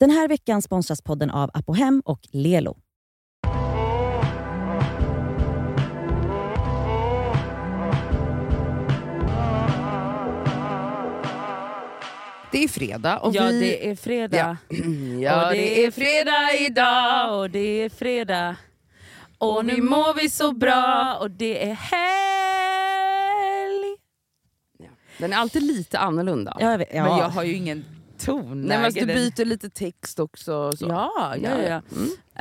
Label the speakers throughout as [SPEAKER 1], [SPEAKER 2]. [SPEAKER 1] Den här veckan sponsras podden av Apohem och Lelo.
[SPEAKER 2] Det är fredag och
[SPEAKER 3] ja,
[SPEAKER 2] vi...
[SPEAKER 3] det är fredag.
[SPEAKER 2] Ja.
[SPEAKER 3] och det är fredag idag och det är fredag. Och nu mår vi så bra och det är helg.
[SPEAKER 2] Den är alltid lite annorlunda.
[SPEAKER 1] Ja, jag vet- ja.
[SPEAKER 3] Men jag har ju ingen ton.
[SPEAKER 2] Nej, men du byter lite text också. Så.
[SPEAKER 3] alltså,
[SPEAKER 2] Mm.
[SPEAKER 3] Ja, ja, ja.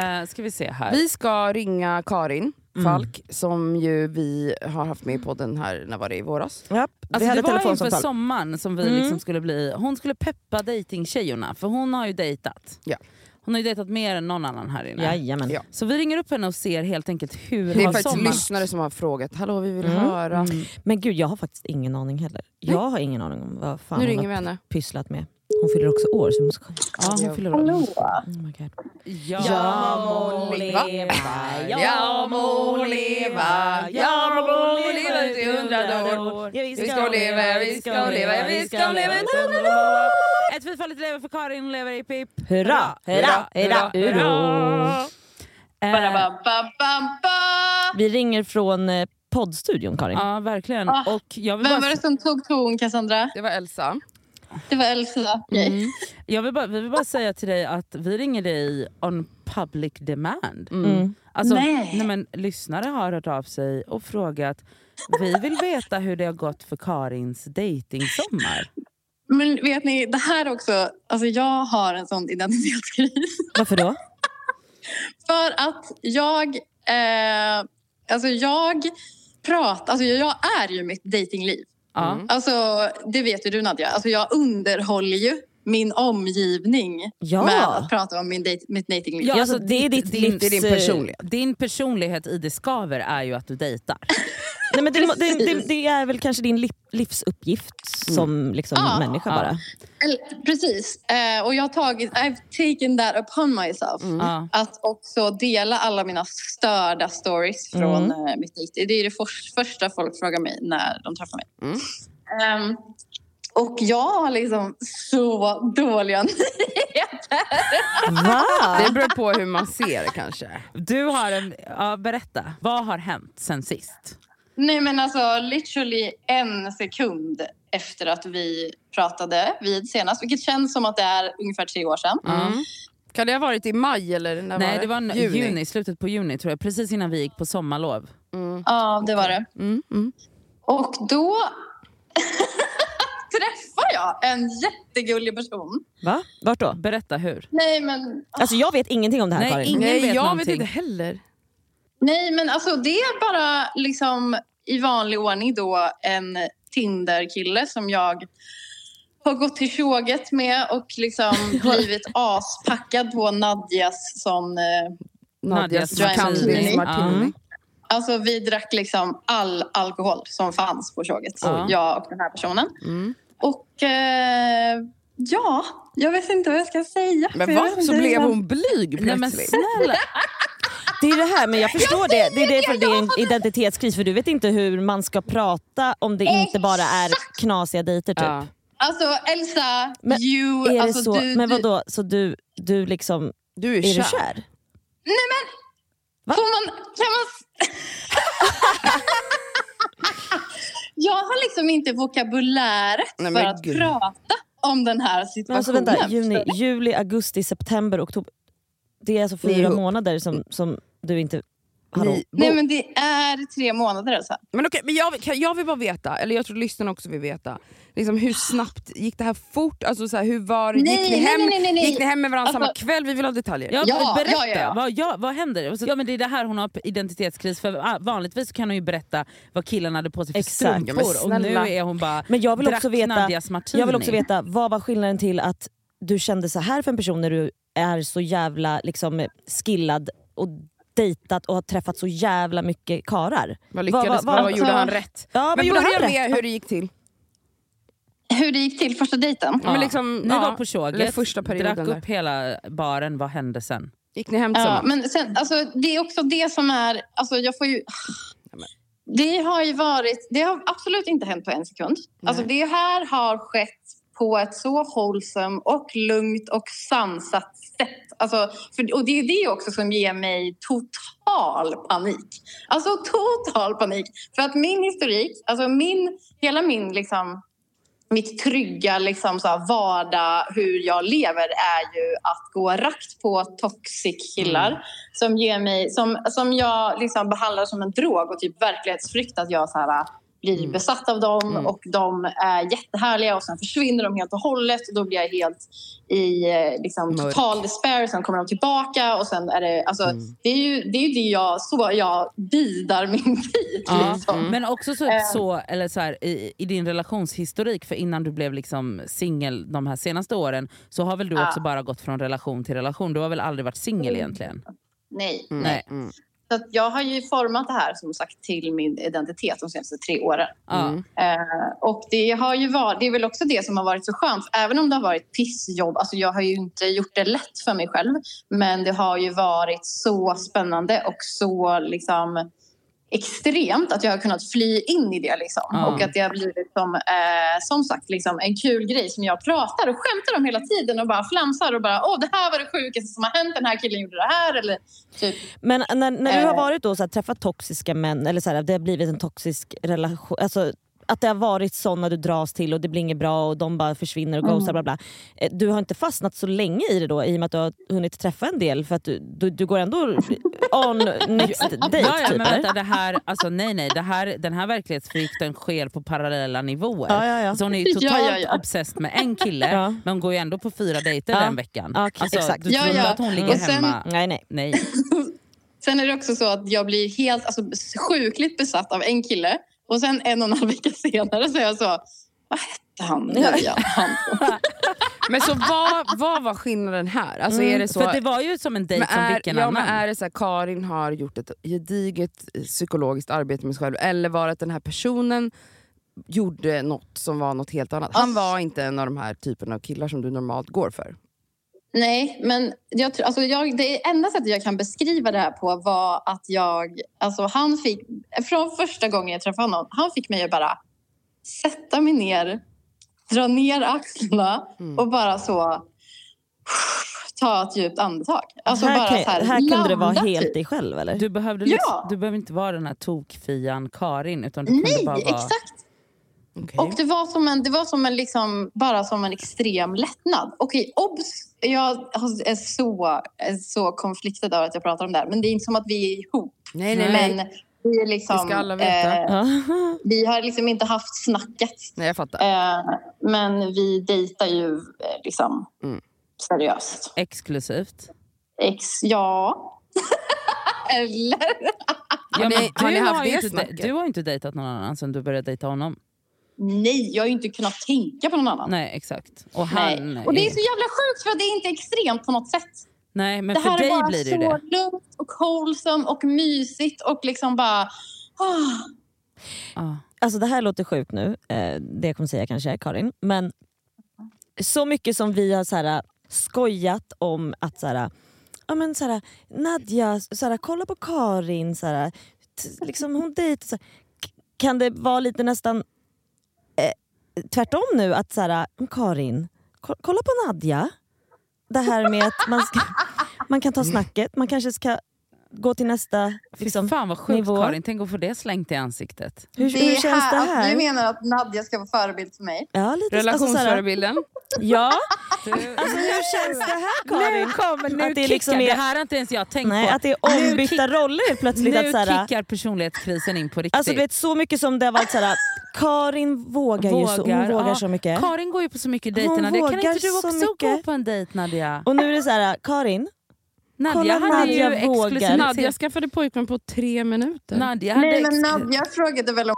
[SPEAKER 3] Eh, ska vi se här.
[SPEAKER 2] Vi ska ringa Karin
[SPEAKER 3] Mm.
[SPEAKER 2] Falk som ju vi har haft med i podden här, när var det, i våras?
[SPEAKER 1] Japp, vi
[SPEAKER 3] Alltså
[SPEAKER 1] hade
[SPEAKER 3] det var inför
[SPEAKER 1] telefonsamtal.
[SPEAKER 3] sommaren som vi
[SPEAKER 2] Mm.
[SPEAKER 3] liksom skulle bli... Hon skulle peppa dejtingtjejerna för hon har ju dejtat.
[SPEAKER 2] Ja.
[SPEAKER 3] Hon har ju dejtat mer än någon annan här inne.
[SPEAKER 1] Jajamän.
[SPEAKER 2] Ja.
[SPEAKER 3] Så vi ringer upp henne och ser helt enkelt hur
[SPEAKER 2] Det är
[SPEAKER 3] har
[SPEAKER 2] faktiskt
[SPEAKER 3] sommaren...
[SPEAKER 2] lyssnare som har frågat, hallå vi vill
[SPEAKER 1] Mm.
[SPEAKER 2] höra.
[SPEAKER 1] Men gud, jag har faktiskt ingen aning heller. Jag har ingen aning om vad fan
[SPEAKER 2] Nu
[SPEAKER 1] hon
[SPEAKER 2] ringer vi
[SPEAKER 1] har
[SPEAKER 2] henne.
[SPEAKER 1] pysslat med. Hon fyller också år, så hon ska...
[SPEAKER 3] Ja, hon fyller år.
[SPEAKER 4] Hallå!
[SPEAKER 1] Oh my God.
[SPEAKER 3] Jag må leva, jag må leva, jag må leva ut i hundrade år.
[SPEAKER 1] vi
[SPEAKER 2] ska leva, vi ska leva, vi ska leva
[SPEAKER 3] ut i hundrade år. Ett fyrfaldigt lever för Karin, hon lever i pip.
[SPEAKER 1] Hurra, hurra, hurra, hurra!
[SPEAKER 3] Eh,
[SPEAKER 1] Vi ringer från eh, poddstudion, Karin.
[SPEAKER 3] Ja, verkligen.
[SPEAKER 4] Ah,
[SPEAKER 3] Och jag vill
[SPEAKER 4] Vem
[SPEAKER 3] bara,
[SPEAKER 4] var det som tog ton, Cassandra?
[SPEAKER 2] Det var Elsa.
[SPEAKER 4] Det var Elsa. Mm.
[SPEAKER 3] jag vill bara, vi vill bara säga till dig att vi ringer dig on public demand.
[SPEAKER 1] Mm.
[SPEAKER 3] Alltså, nej.
[SPEAKER 4] Nej.
[SPEAKER 3] men, lyssnare har hört av sig och frågat. Vi vill veta hur det har gått för Karins dejtingsommar.
[SPEAKER 4] Men vet ni, det här också. Alltså jag har en sån identitetskris.
[SPEAKER 1] Varför då?
[SPEAKER 4] För att jag... Eh, alltså jag pratar... Alltså jag är ju mitt datingliv.
[SPEAKER 3] Ja.
[SPEAKER 4] Alltså, det vet ju du Nadja. Alltså jag underhåller ju min omgivning
[SPEAKER 1] Ja.
[SPEAKER 4] med att prata om min date, mitt datingliv.
[SPEAKER 1] Ja, alltså, det är ditt livs...
[SPEAKER 2] det är din
[SPEAKER 1] eh,
[SPEAKER 2] personlighet.
[SPEAKER 3] Din personlighet i det skaver är ju att du dejtar.
[SPEAKER 1] Nej, men det, må- det, det,
[SPEAKER 4] Precis.
[SPEAKER 1] det är väl kanske din liv- livsuppgift som liksom
[SPEAKER 4] Ja.
[SPEAKER 1] människa
[SPEAKER 3] Ja.
[SPEAKER 1] bara.
[SPEAKER 4] Eller, Precis. Eh, och jag har tagit... I've taken that upon myself.
[SPEAKER 3] Ja.
[SPEAKER 4] Att också dela alla mina störda stories från eh, mitt dejt. Det är det for- första folk frågar mig när de träffar mig.
[SPEAKER 2] Mm.
[SPEAKER 4] Ehm, och jag har liksom så dåliga
[SPEAKER 1] Va?
[SPEAKER 2] Det beror på hur man ser det
[SPEAKER 3] Mm.
[SPEAKER 2] kanske.
[SPEAKER 3] Du har en, ja, berätta, vad har hänt sen sist?
[SPEAKER 4] Nej men alltså literally en sekund efter att vi pratade vid senast. Vilket känns som att det är ungefär tre år sedan.
[SPEAKER 2] Mm. Kan det ha varit i maj eller när
[SPEAKER 3] Nej det var en, juni.
[SPEAKER 2] Juni.
[SPEAKER 3] slutet på juni tror jag, precis innan vi gick på sommarlov.
[SPEAKER 2] Mm.
[SPEAKER 4] Ja, det var det.
[SPEAKER 2] Mm. Mm.
[SPEAKER 4] Och då träffar jag en jättegullig person.
[SPEAKER 1] Va? Vart då?
[SPEAKER 3] Berätta hur.
[SPEAKER 4] Nej men
[SPEAKER 1] Alltså jag vet ingenting om det här
[SPEAKER 3] Nej,
[SPEAKER 1] Karin.
[SPEAKER 3] ingen-
[SPEAKER 2] Nej
[SPEAKER 3] vet
[SPEAKER 2] jag
[SPEAKER 3] någonting.
[SPEAKER 2] vet inte heller.
[SPEAKER 4] Nej, men alltså det är bara liksom i vanlig ordning då en Tinder-kille som jag har gått till tjoget med och liksom blivit aspackad på Nadjas sån... eh,
[SPEAKER 2] Nadjas
[SPEAKER 3] Nadjas
[SPEAKER 2] martini.
[SPEAKER 4] martini.
[SPEAKER 2] martini.
[SPEAKER 4] Alltså vi drack liksom all alkohol som fanns på tjoget,
[SPEAKER 3] Ja.
[SPEAKER 4] jag och den här personen.
[SPEAKER 2] Mm.
[SPEAKER 4] Och eh, ja, jag vet inte vad jag ska säga. för
[SPEAKER 2] Men
[SPEAKER 4] jag
[SPEAKER 2] vad
[SPEAKER 4] vet inte
[SPEAKER 2] Så
[SPEAKER 4] hur
[SPEAKER 2] blev
[SPEAKER 4] man-
[SPEAKER 2] hon blyg
[SPEAKER 3] Nej men
[SPEAKER 2] plötsligt.
[SPEAKER 3] snälla,
[SPEAKER 1] Det är det här, men jag förstår det. Det är därför det är en identitetskris för du vet inte hur man ska prata om det inte bara är knasiga dejter typ.
[SPEAKER 2] Ja.
[SPEAKER 4] Alltså Elsa,
[SPEAKER 1] Men
[SPEAKER 4] you...
[SPEAKER 1] Är det
[SPEAKER 4] alltså,
[SPEAKER 1] så?
[SPEAKER 4] du,
[SPEAKER 1] Men
[SPEAKER 4] du-
[SPEAKER 1] vadå, så du, du liksom,
[SPEAKER 2] Du är
[SPEAKER 1] är du
[SPEAKER 2] kär.
[SPEAKER 1] kär? Va?
[SPEAKER 4] Får man, kan man... s- jag har liksom inte vokabuläret
[SPEAKER 2] Nej,
[SPEAKER 4] för
[SPEAKER 2] men
[SPEAKER 4] att
[SPEAKER 2] gud.
[SPEAKER 4] prata om den här
[SPEAKER 1] Men
[SPEAKER 4] situationen.
[SPEAKER 1] alltså vänta, juni, juli, augusti, september, oktober. Det är alltså
[SPEAKER 2] Ni är
[SPEAKER 1] fyra
[SPEAKER 2] ihop.
[SPEAKER 1] månader som, som du inte... Hallå?
[SPEAKER 2] Ni-
[SPEAKER 4] Nej men det är tre månader alltså.
[SPEAKER 2] Men okej, men jag, vill- kan- jag vill bara veta, eller jag tror lyssnarna också vill veta, liksom hur snabbt gick det här fort? Alltså så här, hur var det?
[SPEAKER 4] Nej,
[SPEAKER 2] gick, ni
[SPEAKER 4] nej,
[SPEAKER 2] hem,
[SPEAKER 4] nej, nej, nej.
[SPEAKER 2] gick ni hem med varandra samma
[SPEAKER 4] Alltså-
[SPEAKER 2] kväll? Vi vill ha detaljer.
[SPEAKER 3] ja,
[SPEAKER 4] Ja,
[SPEAKER 3] berätta.
[SPEAKER 4] ja, ja.
[SPEAKER 3] Vad, ja, vad händer? Och så- Ja, men det är det här hon har identitetskris för. Ah, Vanligtvis kan hon ju berätta vad killen hade på sig för
[SPEAKER 1] Exakt.
[SPEAKER 2] Ja,
[SPEAKER 3] strumpor
[SPEAKER 2] men
[SPEAKER 3] och nu
[SPEAKER 2] snälla.
[SPEAKER 3] är hon bara
[SPEAKER 1] Men jag vill,
[SPEAKER 3] drack
[SPEAKER 1] också veta,
[SPEAKER 3] Nadjas martini.
[SPEAKER 1] jag vill också veta, vad var skillnaden till att du kände så här för en person när du är så jävla liksom, skillad och dejtat och har träffat så jävla mycket karar?
[SPEAKER 2] Vad lyckades,
[SPEAKER 1] Vad-
[SPEAKER 2] vad,
[SPEAKER 1] vad-
[SPEAKER 2] gjorde han
[SPEAKER 4] alltså-
[SPEAKER 2] rätt?
[SPEAKER 1] Ja, vad
[SPEAKER 2] men
[SPEAKER 1] gjorde
[SPEAKER 2] börja
[SPEAKER 1] han rätt?
[SPEAKER 2] med hur det gick till.
[SPEAKER 4] Hur det gick till första dejten?
[SPEAKER 2] Ja. Men liksom,
[SPEAKER 3] Ni
[SPEAKER 2] ja,
[SPEAKER 3] var på
[SPEAKER 2] eller
[SPEAKER 3] tjoget,
[SPEAKER 2] första perioden
[SPEAKER 3] drack
[SPEAKER 2] där.
[SPEAKER 3] upp hela baren, vad hände sen?
[SPEAKER 2] Gick ni hem
[SPEAKER 4] Ja,
[SPEAKER 2] tillsammans?
[SPEAKER 4] men sen, alltså, det är också det som är... Alltså, jag får ju... Det har ju varit... Det har absolut inte hänt på en sekund. Alltså, det här har skett på ett så wholesome och lugnt och sansat sätt. Alltså, för, och det är det också som ger mig total panik. Alltså total panik. För att min historik, alltså min, hela min liksom, mitt trygga liksom, så här, vardag, hur jag lever, är ju att gå rakt på toxic killar som, ger mig, som, som jag liksom behandlar som en drog och typ verklighetsflykt. Att jag så här, blir besatt av dem och de är jättehärliga och sen försvinner de helt och hållet. Och då blir jag helt i eh, liksom,
[SPEAKER 2] Mörk.
[SPEAKER 4] total despair. Sen kommer de tillbaka och sen är det... Alltså, det, är ju, det är ju det jag, så jag bidar min tid.
[SPEAKER 3] Ja, Mm.
[SPEAKER 4] liksom.
[SPEAKER 3] Men också så, så, eller så här, i, i din relationshistorik, för innan du blev liksom singel de här senaste åren så har väl du
[SPEAKER 4] Ja.
[SPEAKER 3] också bara gått från relation till relation? Du har väl aldrig varit singel egentligen?
[SPEAKER 4] Nej.
[SPEAKER 2] Mm.
[SPEAKER 3] Nej.
[SPEAKER 2] Mm.
[SPEAKER 4] Så att jag har ju format det här som sagt till min identitet de senaste tre åren.
[SPEAKER 3] Ja.
[SPEAKER 2] Mm.
[SPEAKER 4] Eh, och det, har ju varit, det är väl också det som har varit så skönt. Även om det har varit pissjobb, alltså jag har ju inte gjort det lätt för mig själv. Men det har ju varit så spännande och så liksom extremt att jag har kunnat fly in i det. Liksom.
[SPEAKER 3] Ja.
[SPEAKER 4] Och att det har blivit som, eh, som sagt liksom en kul grej som jag pratar och skämtar om hela tiden och bara flamsar och bara åh det här var det sjukaste som har hänt, den här killen gjorde det här. Eller, typ,
[SPEAKER 1] Men när, när du har
[SPEAKER 4] Eh.
[SPEAKER 1] varit då, så här, träffat toxiska män, eller så här, det har blivit en toxisk relation, alltså, att det har varit sådana du dras till och det blir inget bra och de bara försvinner
[SPEAKER 2] Mm.
[SPEAKER 1] och ghostar. Bla bla. Eh, Du har inte fastnat så länge i det då i och med att du har hunnit träffa en del för att du, du, du går ändå on next date.
[SPEAKER 3] Ja, ja,
[SPEAKER 1] typ,
[SPEAKER 3] men
[SPEAKER 1] eller?
[SPEAKER 3] vänta, det här, alltså, nej, nej, det här, den här verklighetsflykten sker på parallella nivåer.
[SPEAKER 1] Ja, ja, ja.
[SPEAKER 3] Så hon är ju totalt
[SPEAKER 4] Ja, ja, ja.
[SPEAKER 3] obsessed med en kille,
[SPEAKER 1] Ja.
[SPEAKER 3] men hon går ju ändå på fyra dejter
[SPEAKER 1] Ja.
[SPEAKER 3] den veckan.
[SPEAKER 1] Ja, Mm. okej,
[SPEAKER 3] alltså,
[SPEAKER 1] exakt.
[SPEAKER 3] Du tror
[SPEAKER 4] Ja,
[SPEAKER 3] inte
[SPEAKER 4] ja.
[SPEAKER 3] att hon ligger
[SPEAKER 4] Och sen-
[SPEAKER 3] hemma?
[SPEAKER 1] Nej, nej.
[SPEAKER 3] Nej.
[SPEAKER 4] Sen är det också så att jag blir helt alltså, sjukligt besatt av en kille och sen en och en halv vecka senare så är jag så, vad hette han nu igen? Han.
[SPEAKER 2] Men så vad, vad var skillnaden här? Alltså är det så...
[SPEAKER 3] Mm, För det var ju som en dejt
[SPEAKER 2] Men
[SPEAKER 3] som
[SPEAKER 2] är,
[SPEAKER 3] vilken
[SPEAKER 2] ja,
[SPEAKER 3] annan.
[SPEAKER 2] Men är det så här, Karin har gjort ett gediget eh, psykologiskt arbete med sig själv eller var det att den här personen gjorde något som var något helt annat? Han var inte en av de här typen av killar som du normalt går för.
[SPEAKER 4] Nej, men jag, tror- alltså, jag, det enda sättet jag kan beskriva det här på var att jag, alltså han fick, från första gången jag träffade honom, han fick mig att bara sätta mig ner, dra ner axlarna
[SPEAKER 2] Mm.
[SPEAKER 4] och bara så ta ett djupt andetag. Alltså
[SPEAKER 1] här
[SPEAKER 4] bara
[SPEAKER 1] kan,
[SPEAKER 4] så här,
[SPEAKER 1] här kunde du vara
[SPEAKER 4] landa
[SPEAKER 1] helt
[SPEAKER 4] typ.
[SPEAKER 1] dig själv eller?
[SPEAKER 3] Du behövde,
[SPEAKER 4] Ja.
[SPEAKER 3] liksom, du behövde inte vara den här tokfian Karin utan du kunde
[SPEAKER 4] Nej,
[SPEAKER 3] bara vara...
[SPEAKER 4] exakt.
[SPEAKER 2] Okej.
[SPEAKER 4] Och det var som en, det var som en liksom, bara som en extrem lättnad. Okej, obs! Jag har- är så, är så konfliktad över att jag pratar om det här. Men det är inte som att vi är ihop.
[SPEAKER 2] Nej, nej, nej.
[SPEAKER 4] Men vi är liksom...
[SPEAKER 2] Det ska alla veta.
[SPEAKER 4] Eh,
[SPEAKER 1] Ja.
[SPEAKER 4] vi har liksom inte haft snacket.
[SPEAKER 2] nej jag fattar.
[SPEAKER 4] Eh, men vi dejtar ju eh, liksom
[SPEAKER 2] Mm.
[SPEAKER 4] seriöst.
[SPEAKER 3] Exklusivt.
[SPEAKER 4] Ex, ja. Eller?
[SPEAKER 3] Ja,
[SPEAKER 2] Har ni-
[SPEAKER 3] men
[SPEAKER 2] har ni
[SPEAKER 3] du,
[SPEAKER 2] haft
[SPEAKER 3] har
[SPEAKER 2] det
[SPEAKER 3] ju inte,
[SPEAKER 2] snacket?
[SPEAKER 3] du har ju inte dejtat någon annan sen du började dejta honom.
[SPEAKER 4] Nej, jag har ju inte kunnat tänka på någon annan.
[SPEAKER 3] Nej exakt. Och
[SPEAKER 4] Nej.
[SPEAKER 3] han...
[SPEAKER 4] Och det är så jävla sjukt för att det är inte extremt på något sätt.
[SPEAKER 3] Nej men
[SPEAKER 4] Det
[SPEAKER 3] för
[SPEAKER 4] här är
[SPEAKER 3] dig
[SPEAKER 4] bara
[SPEAKER 3] blir det
[SPEAKER 4] så
[SPEAKER 3] ju det.
[SPEAKER 4] lugnt och wholesome och mysigt och liksom bara... ah.
[SPEAKER 3] Ja.
[SPEAKER 1] Alltså det här låter sjukt nu, eh, det jag kommer säga kanske Karin, men så mycket som vi har så här, eh, skojat om att så här, eh, ja, men, så här, eh, Nadja, så här, eh, kolla på Karin, så här, eh, t- liksom, hon dejtar. Så här. K- Kan det vara lite nästan eh, tvärtom nu? Att så här, eh, men Karin, ko- kolla på Nadja. Det här med att man, ska, man kan ta snacket, man kanske ska gå till nästa...
[SPEAKER 3] Fy
[SPEAKER 1] Liksom,
[SPEAKER 3] fan vad sjukt
[SPEAKER 1] nivå.
[SPEAKER 3] Karin, tänk att få det slängt i ansiktet.
[SPEAKER 1] hur, hur känns det
[SPEAKER 4] alltså,
[SPEAKER 1] här?
[SPEAKER 4] Du menar att Nadja ska vara förebild för mig?
[SPEAKER 1] Ja, lite, alltså, så här,
[SPEAKER 2] Relationsförebilden.
[SPEAKER 1] Ja. Alltså hur känns det här Karin?
[SPEAKER 3] Nu kommer, nu
[SPEAKER 1] Att det
[SPEAKER 3] kickar.
[SPEAKER 1] liksom
[SPEAKER 3] det
[SPEAKER 1] är-
[SPEAKER 3] här har inte ens jag tänkt
[SPEAKER 1] Nej,
[SPEAKER 3] på.
[SPEAKER 1] att det är
[SPEAKER 3] Nu
[SPEAKER 1] ombytta
[SPEAKER 3] kick-
[SPEAKER 1] roller helt plötsligt.
[SPEAKER 3] nu
[SPEAKER 1] att så här,
[SPEAKER 3] kickar personlighetskrisen in på riktigt.
[SPEAKER 1] alltså, du vet, så mycket som det har varit så här, Karin vågar, ju så, hon vågar
[SPEAKER 3] ja.
[SPEAKER 1] så mycket.
[SPEAKER 3] Karin går ju på så
[SPEAKER 1] Hon
[SPEAKER 3] mycket dejter Nadja. Kan
[SPEAKER 1] vågar
[SPEAKER 3] inte du
[SPEAKER 1] så
[SPEAKER 3] också
[SPEAKER 1] mycket.
[SPEAKER 3] gå på en dejt Nadja?
[SPEAKER 1] Och nu är det så här, Karin,
[SPEAKER 3] Nadja
[SPEAKER 1] Kolla,
[SPEAKER 3] hade
[SPEAKER 1] Nadja
[SPEAKER 3] ju
[SPEAKER 1] vågar.
[SPEAKER 3] exklusiv...
[SPEAKER 2] Nadja skaffade pojkvän på tre minuter.
[SPEAKER 3] Nadja hade
[SPEAKER 4] Nej, men
[SPEAKER 3] exklu-
[SPEAKER 4] Nadja frågade väl om...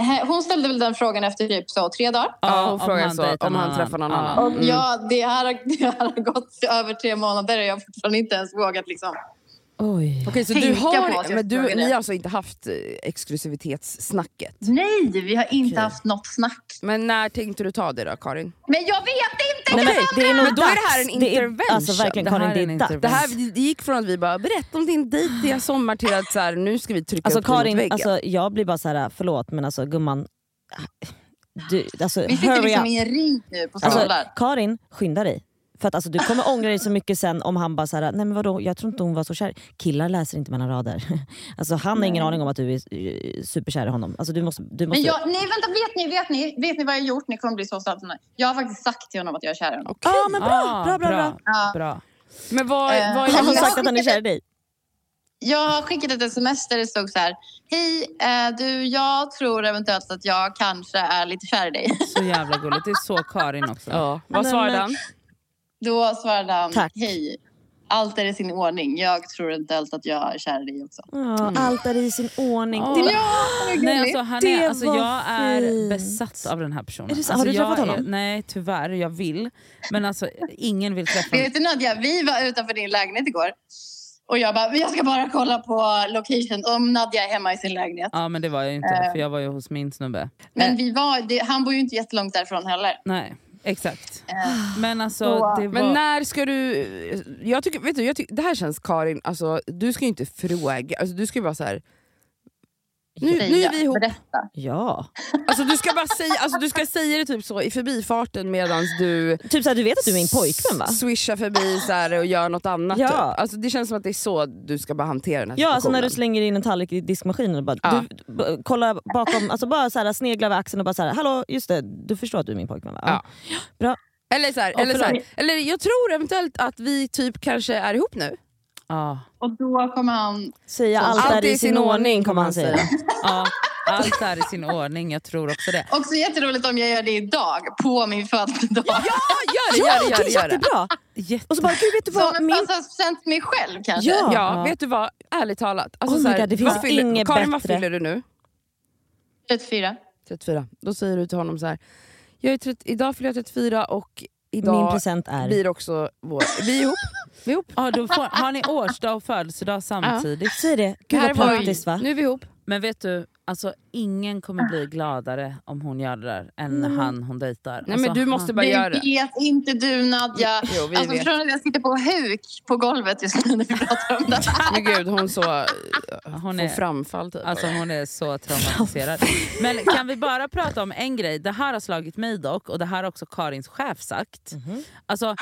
[SPEAKER 4] Eh, Hon ställde väl den frågan efter typ så, tre dagar.
[SPEAKER 2] Ja, hon
[SPEAKER 3] om
[SPEAKER 2] frågar
[SPEAKER 3] han
[SPEAKER 2] så,
[SPEAKER 3] dejtar
[SPEAKER 2] om
[SPEAKER 3] någon
[SPEAKER 2] han träffar någon annan.
[SPEAKER 3] Ja.
[SPEAKER 4] Och ja, det, här, har- det här har gått över tre månader och jag har fortfarande inte ens vågat. Liksom.
[SPEAKER 1] oj.
[SPEAKER 2] Okej, så
[SPEAKER 4] Tänka
[SPEAKER 2] du
[SPEAKER 4] på att
[SPEAKER 2] har,
[SPEAKER 4] jag
[SPEAKER 2] men du,
[SPEAKER 4] frågade.
[SPEAKER 2] ni har alltså inte haft eh, exklusivitetssnacket?
[SPEAKER 4] Nej, vi har inte
[SPEAKER 2] Okej.
[SPEAKER 4] haft något snack.
[SPEAKER 2] Men när tänkte du ta det då Karin?
[SPEAKER 4] Men jag vet inte!
[SPEAKER 1] Nej, men, det är nog
[SPEAKER 2] Men då är det här
[SPEAKER 1] dags.
[SPEAKER 2] en
[SPEAKER 1] Det
[SPEAKER 2] intervention.
[SPEAKER 1] Är, alltså verkligen
[SPEAKER 3] Det här
[SPEAKER 1] Karin,
[SPEAKER 3] är
[SPEAKER 1] det
[SPEAKER 3] en
[SPEAKER 1] är dags.
[SPEAKER 3] intervention.
[SPEAKER 2] Det här det gick från att vi bara berätta om din dejtiga sommar till att så här, nu ska vi trycka
[SPEAKER 1] Alltså
[SPEAKER 2] upp dig mot
[SPEAKER 1] Karin,
[SPEAKER 2] väggen.
[SPEAKER 1] alltså, jag blir bara så här, förlåt men alltså gumman. Du, alltså,
[SPEAKER 4] Vi sitter
[SPEAKER 1] hurry
[SPEAKER 4] liksom
[SPEAKER 1] up.
[SPEAKER 4] i en ring nu på
[SPEAKER 1] Alltså,
[SPEAKER 4] Svalbard.
[SPEAKER 1] Karin, skynda dig. För att alltså, du kommer ångra dig så mycket sen om han bara såhär, nej men vadå jag tror inte hon var så kär. Killar läser inte mellan rader. Alltså han har ingen aning om att du är eh, superkär i honom. Alltså, du måste, du måste...
[SPEAKER 4] Men jag, nej vänta, vet ni, vet ni, vet ni vad jag har gjort? Ni kommer bli så snabbt. Jag har faktiskt sagt till honom att jag är kär i honom.
[SPEAKER 1] Ja men bra,
[SPEAKER 3] Ah,
[SPEAKER 1] bra, bra, bra.
[SPEAKER 3] bra.
[SPEAKER 4] Ja.
[SPEAKER 3] bra. Men vad,
[SPEAKER 4] Eh,
[SPEAKER 3] vad
[SPEAKER 1] Har
[SPEAKER 3] är
[SPEAKER 1] hon
[SPEAKER 4] Jag
[SPEAKER 1] sagt att han är
[SPEAKER 4] skickade-
[SPEAKER 1] kär i dig?
[SPEAKER 4] Jag har skickat ett sms där det stod så här. Hej, eh, du, jag tror eventuellt att jag kanske är lite kär i dig.
[SPEAKER 3] så jävla gulligt? Det är så Karin också.
[SPEAKER 2] Ja. Vad
[SPEAKER 1] Men-
[SPEAKER 2] svarade han?
[SPEAKER 4] Då svarade han.
[SPEAKER 1] Tack.
[SPEAKER 4] Hej, allt är i sin ordning. Jag tror eventuellt att jag är kär i dig också.
[SPEAKER 1] Ja, Allt är i sin ordning.
[SPEAKER 3] Ja.
[SPEAKER 1] Det är-
[SPEAKER 4] Ja,
[SPEAKER 3] Nej, alltså, han
[SPEAKER 1] Det
[SPEAKER 3] är, alltså,
[SPEAKER 1] var
[SPEAKER 3] jag är
[SPEAKER 1] fint.
[SPEAKER 3] besatt av den här personen.
[SPEAKER 1] Är det så?
[SPEAKER 3] alltså,
[SPEAKER 1] Har du
[SPEAKER 3] jag
[SPEAKER 1] träffat
[SPEAKER 3] är-
[SPEAKER 1] honom?
[SPEAKER 3] Nej tyvärr, jag vill. Men alltså ingen vill träffa honom.
[SPEAKER 4] Vet du Nadja, vi var utanför din lägenhet igår. Och jag bara, jag ska bara kolla på location om Nadja är hemma i sin lägenhet.
[SPEAKER 3] Ja men det var jag ju inte
[SPEAKER 4] Eh.
[SPEAKER 3] för jag var ju hos min snubbe.
[SPEAKER 2] Eh.
[SPEAKER 4] Men vi var, det, han bor ju inte jättelångt därifrån heller.
[SPEAKER 3] Nej exakt.
[SPEAKER 4] Eh,
[SPEAKER 3] Men alltså
[SPEAKER 4] Så-
[SPEAKER 3] det var...
[SPEAKER 2] Men när ska du... Jag tycker, vet du, jag tycker, det här känns Karin, alltså, du ska ju inte fråga. Alltså, du ska ju bara så här. Nu, nu
[SPEAKER 4] Freja,
[SPEAKER 2] är vi ihop.
[SPEAKER 4] Berätta.
[SPEAKER 1] Ja.
[SPEAKER 2] Alltså, du, ska bara säga, alltså, du ska säga det typ så i förbifarten medan du
[SPEAKER 1] Typ såhär, du vet att du är min pojkvän va?
[SPEAKER 2] swishar förbi så här, och gör något annat.
[SPEAKER 1] Ja.
[SPEAKER 2] Typ. Alltså, det känns som att det är så du ska bara hantera den här
[SPEAKER 1] Ja, alltså
[SPEAKER 2] situationen.
[SPEAKER 1] när du slänger in en tallrik i diskmaskinen och bara,
[SPEAKER 2] Ja.
[SPEAKER 1] du, b- kolla bakom, alltså bara så här, snegla över axeln och bara så här, hallå just det, du förstår att du är min pojkvän va?
[SPEAKER 2] Ja. Eller, så här, eller, så här, eller jag tror eventuellt att vi typ kanske är ihop nu.
[SPEAKER 3] Ja,
[SPEAKER 4] Och då kommer han...
[SPEAKER 1] Säga allt, är i sin ordning kommer han säga.
[SPEAKER 3] ja, allt är i sin ordning, jag tror också det.
[SPEAKER 4] Också jätteroligt om jag gör det idag, på min födelsedag. Ja,
[SPEAKER 2] Ja, gör
[SPEAKER 1] Ja,
[SPEAKER 2] det, gör det,
[SPEAKER 1] det
[SPEAKER 2] gör
[SPEAKER 1] är
[SPEAKER 2] det, gör det.
[SPEAKER 1] jättebra!
[SPEAKER 3] Jätte-
[SPEAKER 1] Och så bara, gud vet du
[SPEAKER 4] Som
[SPEAKER 1] vad?
[SPEAKER 4] en
[SPEAKER 1] Min...
[SPEAKER 4] födelsedagspresent till Alltså, mig själv kanske.
[SPEAKER 1] Ja.
[SPEAKER 2] Ja, vet du vad? Ärligt talat. Alltså,
[SPEAKER 1] Oh my
[SPEAKER 2] så här,
[SPEAKER 1] God, det finns
[SPEAKER 2] vad fyller,
[SPEAKER 1] inget
[SPEAKER 2] Karin, vad
[SPEAKER 1] bättre.
[SPEAKER 2] fyller du nu?
[SPEAKER 4] 34.
[SPEAKER 2] 34. Då säger du till honom så här. Jag är 30, idag fyller jag 34 och
[SPEAKER 1] Min
[SPEAKER 2] idag
[SPEAKER 1] present är...
[SPEAKER 2] blir också vår... Vi är ihop. Vi är ihop.
[SPEAKER 3] Ja, då får, har ni årsdag och födelsedag samtidigt?
[SPEAKER 1] Säg det, gud
[SPEAKER 2] här
[SPEAKER 1] vad
[SPEAKER 2] är vår-
[SPEAKER 1] praktiskt va?
[SPEAKER 2] Nu är vi ihop.
[SPEAKER 3] Men vet du, alltså, ingen kommer bli gladare om hon gör det där än han hon dejtar.
[SPEAKER 2] Nej,
[SPEAKER 3] alltså,
[SPEAKER 2] men du måste bara
[SPEAKER 4] det
[SPEAKER 2] göra det.
[SPEAKER 4] vet inte du Nadja.
[SPEAKER 2] Jo, vi
[SPEAKER 4] Alltså,
[SPEAKER 2] vet.
[SPEAKER 4] förstår du att jag sitter på huk på golvet just nu när vi pratar om det här?
[SPEAKER 2] Men gud, hon så...
[SPEAKER 3] han, hon
[SPEAKER 2] Får
[SPEAKER 3] är,
[SPEAKER 2] framfall typ.
[SPEAKER 3] Alltså hon är så traumatiserad. Men kan vi bara prata om en grej? Det här har slagit mig dock och det här har också Karins chef sagt. Alltså,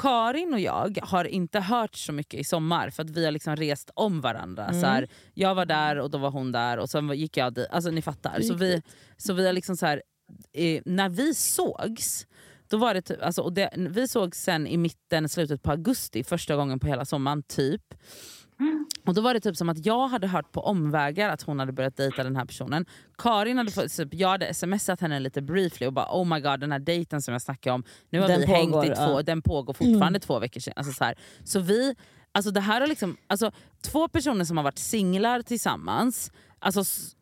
[SPEAKER 3] Karin och jag har inte hört så mycket i sommar för att vi har liksom rest om varandra. Så här, jag var där och då var hon där och sen var- gick jag dit. Alltså ni fattar. Så vi, så vi har liksom så här, eh, när vi sågs då var det typ, alltså, och det, vi såg sen i mitten, slutet på augusti, första gången på hela sommaren typ. Och då var det typ som att jag hade hört på omvägar att hon hade börjat dejta den här personen. Karin hade fått, typ, jag hade smsat henne lite briefly och bara oh my god den här dejten som jag snackade om, nu har
[SPEAKER 1] Den
[SPEAKER 3] vi
[SPEAKER 1] pågår,
[SPEAKER 3] hängt i två,
[SPEAKER 1] ja.
[SPEAKER 3] den pågår fortfarande två veckor sedan. Alltså, så, här. så vi, alltså det här har liksom, alltså två personer som har varit singlar tillsammans Alltså s-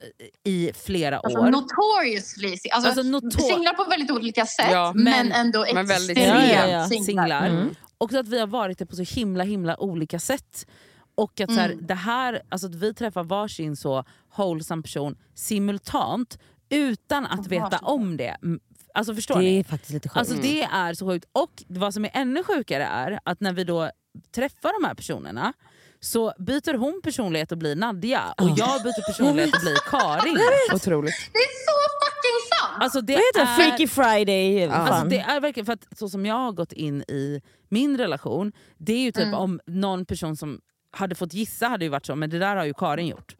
[SPEAKER 3] i flera
[SPEAKER 4] Alltså,
[SPEAKER 3] år.
[SPEAKER 4] notoriously. Alltså,
[SPEAKER 3] Alltså, noto-
[SPEAKER 4] Singlar på väldigt olika sätt,
[SPEAKER 2] Ja,
[SPEAKER 4] men,
[SPEAKER 3] men-
[SPEAKER 4] ändå
[SPEAKER 2] men
[SPEAKER 4] extremt
[SPEAKER 2] väldigt-
[SPEAKER 1] Ja, ja, ja. Mm.
[SPEAKER 4] singlar.
[SPEAKER 3] singlar. Och så att vi har varit det på så himla himla olika sätt. Och att, så
[SPEAKER 1] Mm.
[SPEAKER 3] här, det här, alltså att vi träffar varsin så wholesome person simultant utan att veta om det. Mm, Alltså förstår
[SPEAKER 1] Det
[SPEAKER 3] ni?
[SPEAKER 1] är faktiskt lite sjukt. Mm.
[SPEAKER 3] Alltså det är så sjukt. Och vad som är ännu sjukare är att när vi då träffar de här personerna så byter hon personlighet och blir Nadja
[SPEAKER 1] Oh.
[SPEAKER 3] och jag byter personlighet och blir Karin.
[SPEAKER 2] Otroligt.
[SPEAKER 4] Det är så fucking sant!
[SPEAKER 3] Alltså det
[SPEAKER 1] Vad heter det?
[SPEAKER 3] är...
[SPEAKER 1] Freaky Friday? Fan.
[SPEAKER 3] Alltså det är verkligen för att så som jag har gått in i min relation, det är ju typ om någon person som hade fått gissa hade ju varit så, men det där har ju Karin gjort.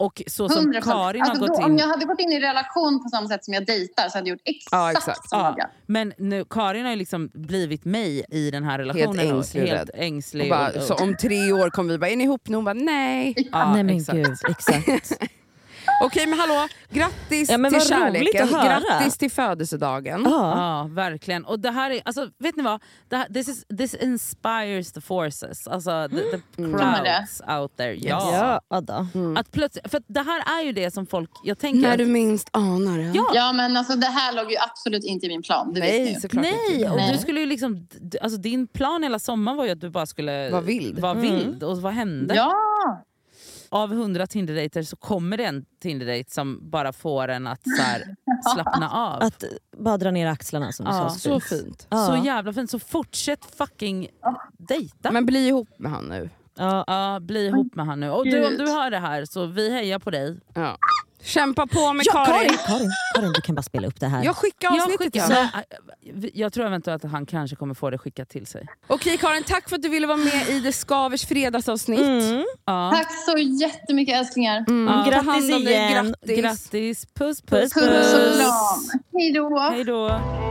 [SPEAKER 3] Och så som
[SPEAKER 4] 100%.
[SPEAKER 3] Karin
[SPEAKER 4] alltså,
[SPEAKER 3] har gått
[SPEAKER 4] då,
[SPEAKER 3] in...
[SPEAKER 4] Om jag hade gått in i relation på samma sätt som jag dejtar så hade jag gjort exakt,
[SPEAKER 2] Ja, exakt.
[SPEAKER 4] samma
[SPEAKER 3] Ja,
[SPEAKER 4] grej.
[SPEAKER 3] men nu, Karin har ju liksom blivit mig i den här relationen. och-
[SPEAKER 2] ängslig och
[SPEAKER 3] helt
[SPEAKER 2] rädd.
[SPEAKER 3] ängslig.
[SPEAKER 2] Och
[SPEAKER 3] Och
[SPEAKER 2] bara, så om tre år kommer vi bara, är ni ihop nu? Hon bara, nej.
[SPEAKER 3] ja,
[SPEAKER 1] Nej men
[SPEAKER 3] exakt.
[SPEAKER 1] gud, exakt.
[SPEAKER 2] Okej men hallå, grattis
[SPEAKER 1] Ja, men
[SPEAKER 2] till
[SPEAKER 1] vad roligt
[SPEAKER 2] kärleken,
[SPEAKER 1] att höra.
[SPEAKER 2] grattis till födelsedagen.
[SPEAKER 1] Ja.
[SPEAKER 3] Ja, verkligen. Och det här är, alltså, vet ni vad? Det här, this, is, this inspires the forces. Alltså the, the crowds out there. Ja. Mm.
[SPEAKER 1] Ja, adda.
[SPEAKER 3] Att plötsligt, för att det här är ju det som folk... Jag tänker
[SPEAKER 2] När
[SPEAKER 3] att-
[SPEAKER 2] du minst anar det.
[SPEAKER 3] Ja.
[SPEAKER 4] Ja, men alltså, det här låg ju absolut inte i min plan. Det vet ni ju.
[SPEAKER 2] Nej såklart inte.
[SPEAKER 3] Nej, och
[SPEAKER 4] Nej.
[SPEAKER 3] du skulle ju liksom, d- alltså din plan hela sommaren var ju att du bara skulle
[SPEAKER 2] Vara vild.
[SPEAKER 3] vara vild. Och vad hände?
[SPEAKER 4] Ja,
[SPEAKER 3] Av hundra Tinder-dejter så kommer det en Tinder-dejt som bara får en att så här, slappna av.
[SPEAKER 1] Att eh, bara dra ner axlarna som du
[SPEAKER 3] Ja.
[SPEAKER 1] sa. Så
[SPEAKER 2] Så
[SPEAKER 1] fint.
[SPEAKER 2] fint.
[SPEAKER 1] Ja.
[SPEAKER 3] Så jävla fint, så fortsätt fucking dejta.
[SPEAKER 2] Men bli ihop med han nu.
[SPEAKER 3] Ja, bli ihop med han nu. Och du, om du hör det här så vi hejar på dig.
[SPEAKER 2] Ja. Kämpa på med
[SPEAKER 1] Ja,
[SPEAKER 2] Karin.
[SPEAKER 1] Karin, Karin, Karin, du kan bara spela upp det här.
[SPEAKER 2] Jag skickar
[SPEAKER 3] Jag,
[SPEAKER 2] avsnittet.
[SPEAKER 3] skickar,
[SPEAKER 2] ja.
[SPEAKER 3] men, jag tror eventuellt att han kanske kommer få det skickat till sig.
[SPEAKER 2] Okej Karin, tack för att du ville vara med i The Skavers fredagsavsnitt.
[SPEAKER 1] Mm.
[SPEAKER 3] Ja.
[SPEAKER 4] Tack så jättemycket älsklingar.
[SPEAKER 3] Ja.
[SPEAKER 2] Ta hand
[SPEAKER 1] Grattis
[SPEAKER 2] om dig.
[SPEAKER 1] igen.
[SPEAKER 2] Grattis.
[SPEAKER 3] Grattis, puss
[SPEAKER 1] Puss,
[SPEAKER 3] puss!
[SPEAKER 4] Puss och kram. Hej då.
[SPEAKER 3] Hej då!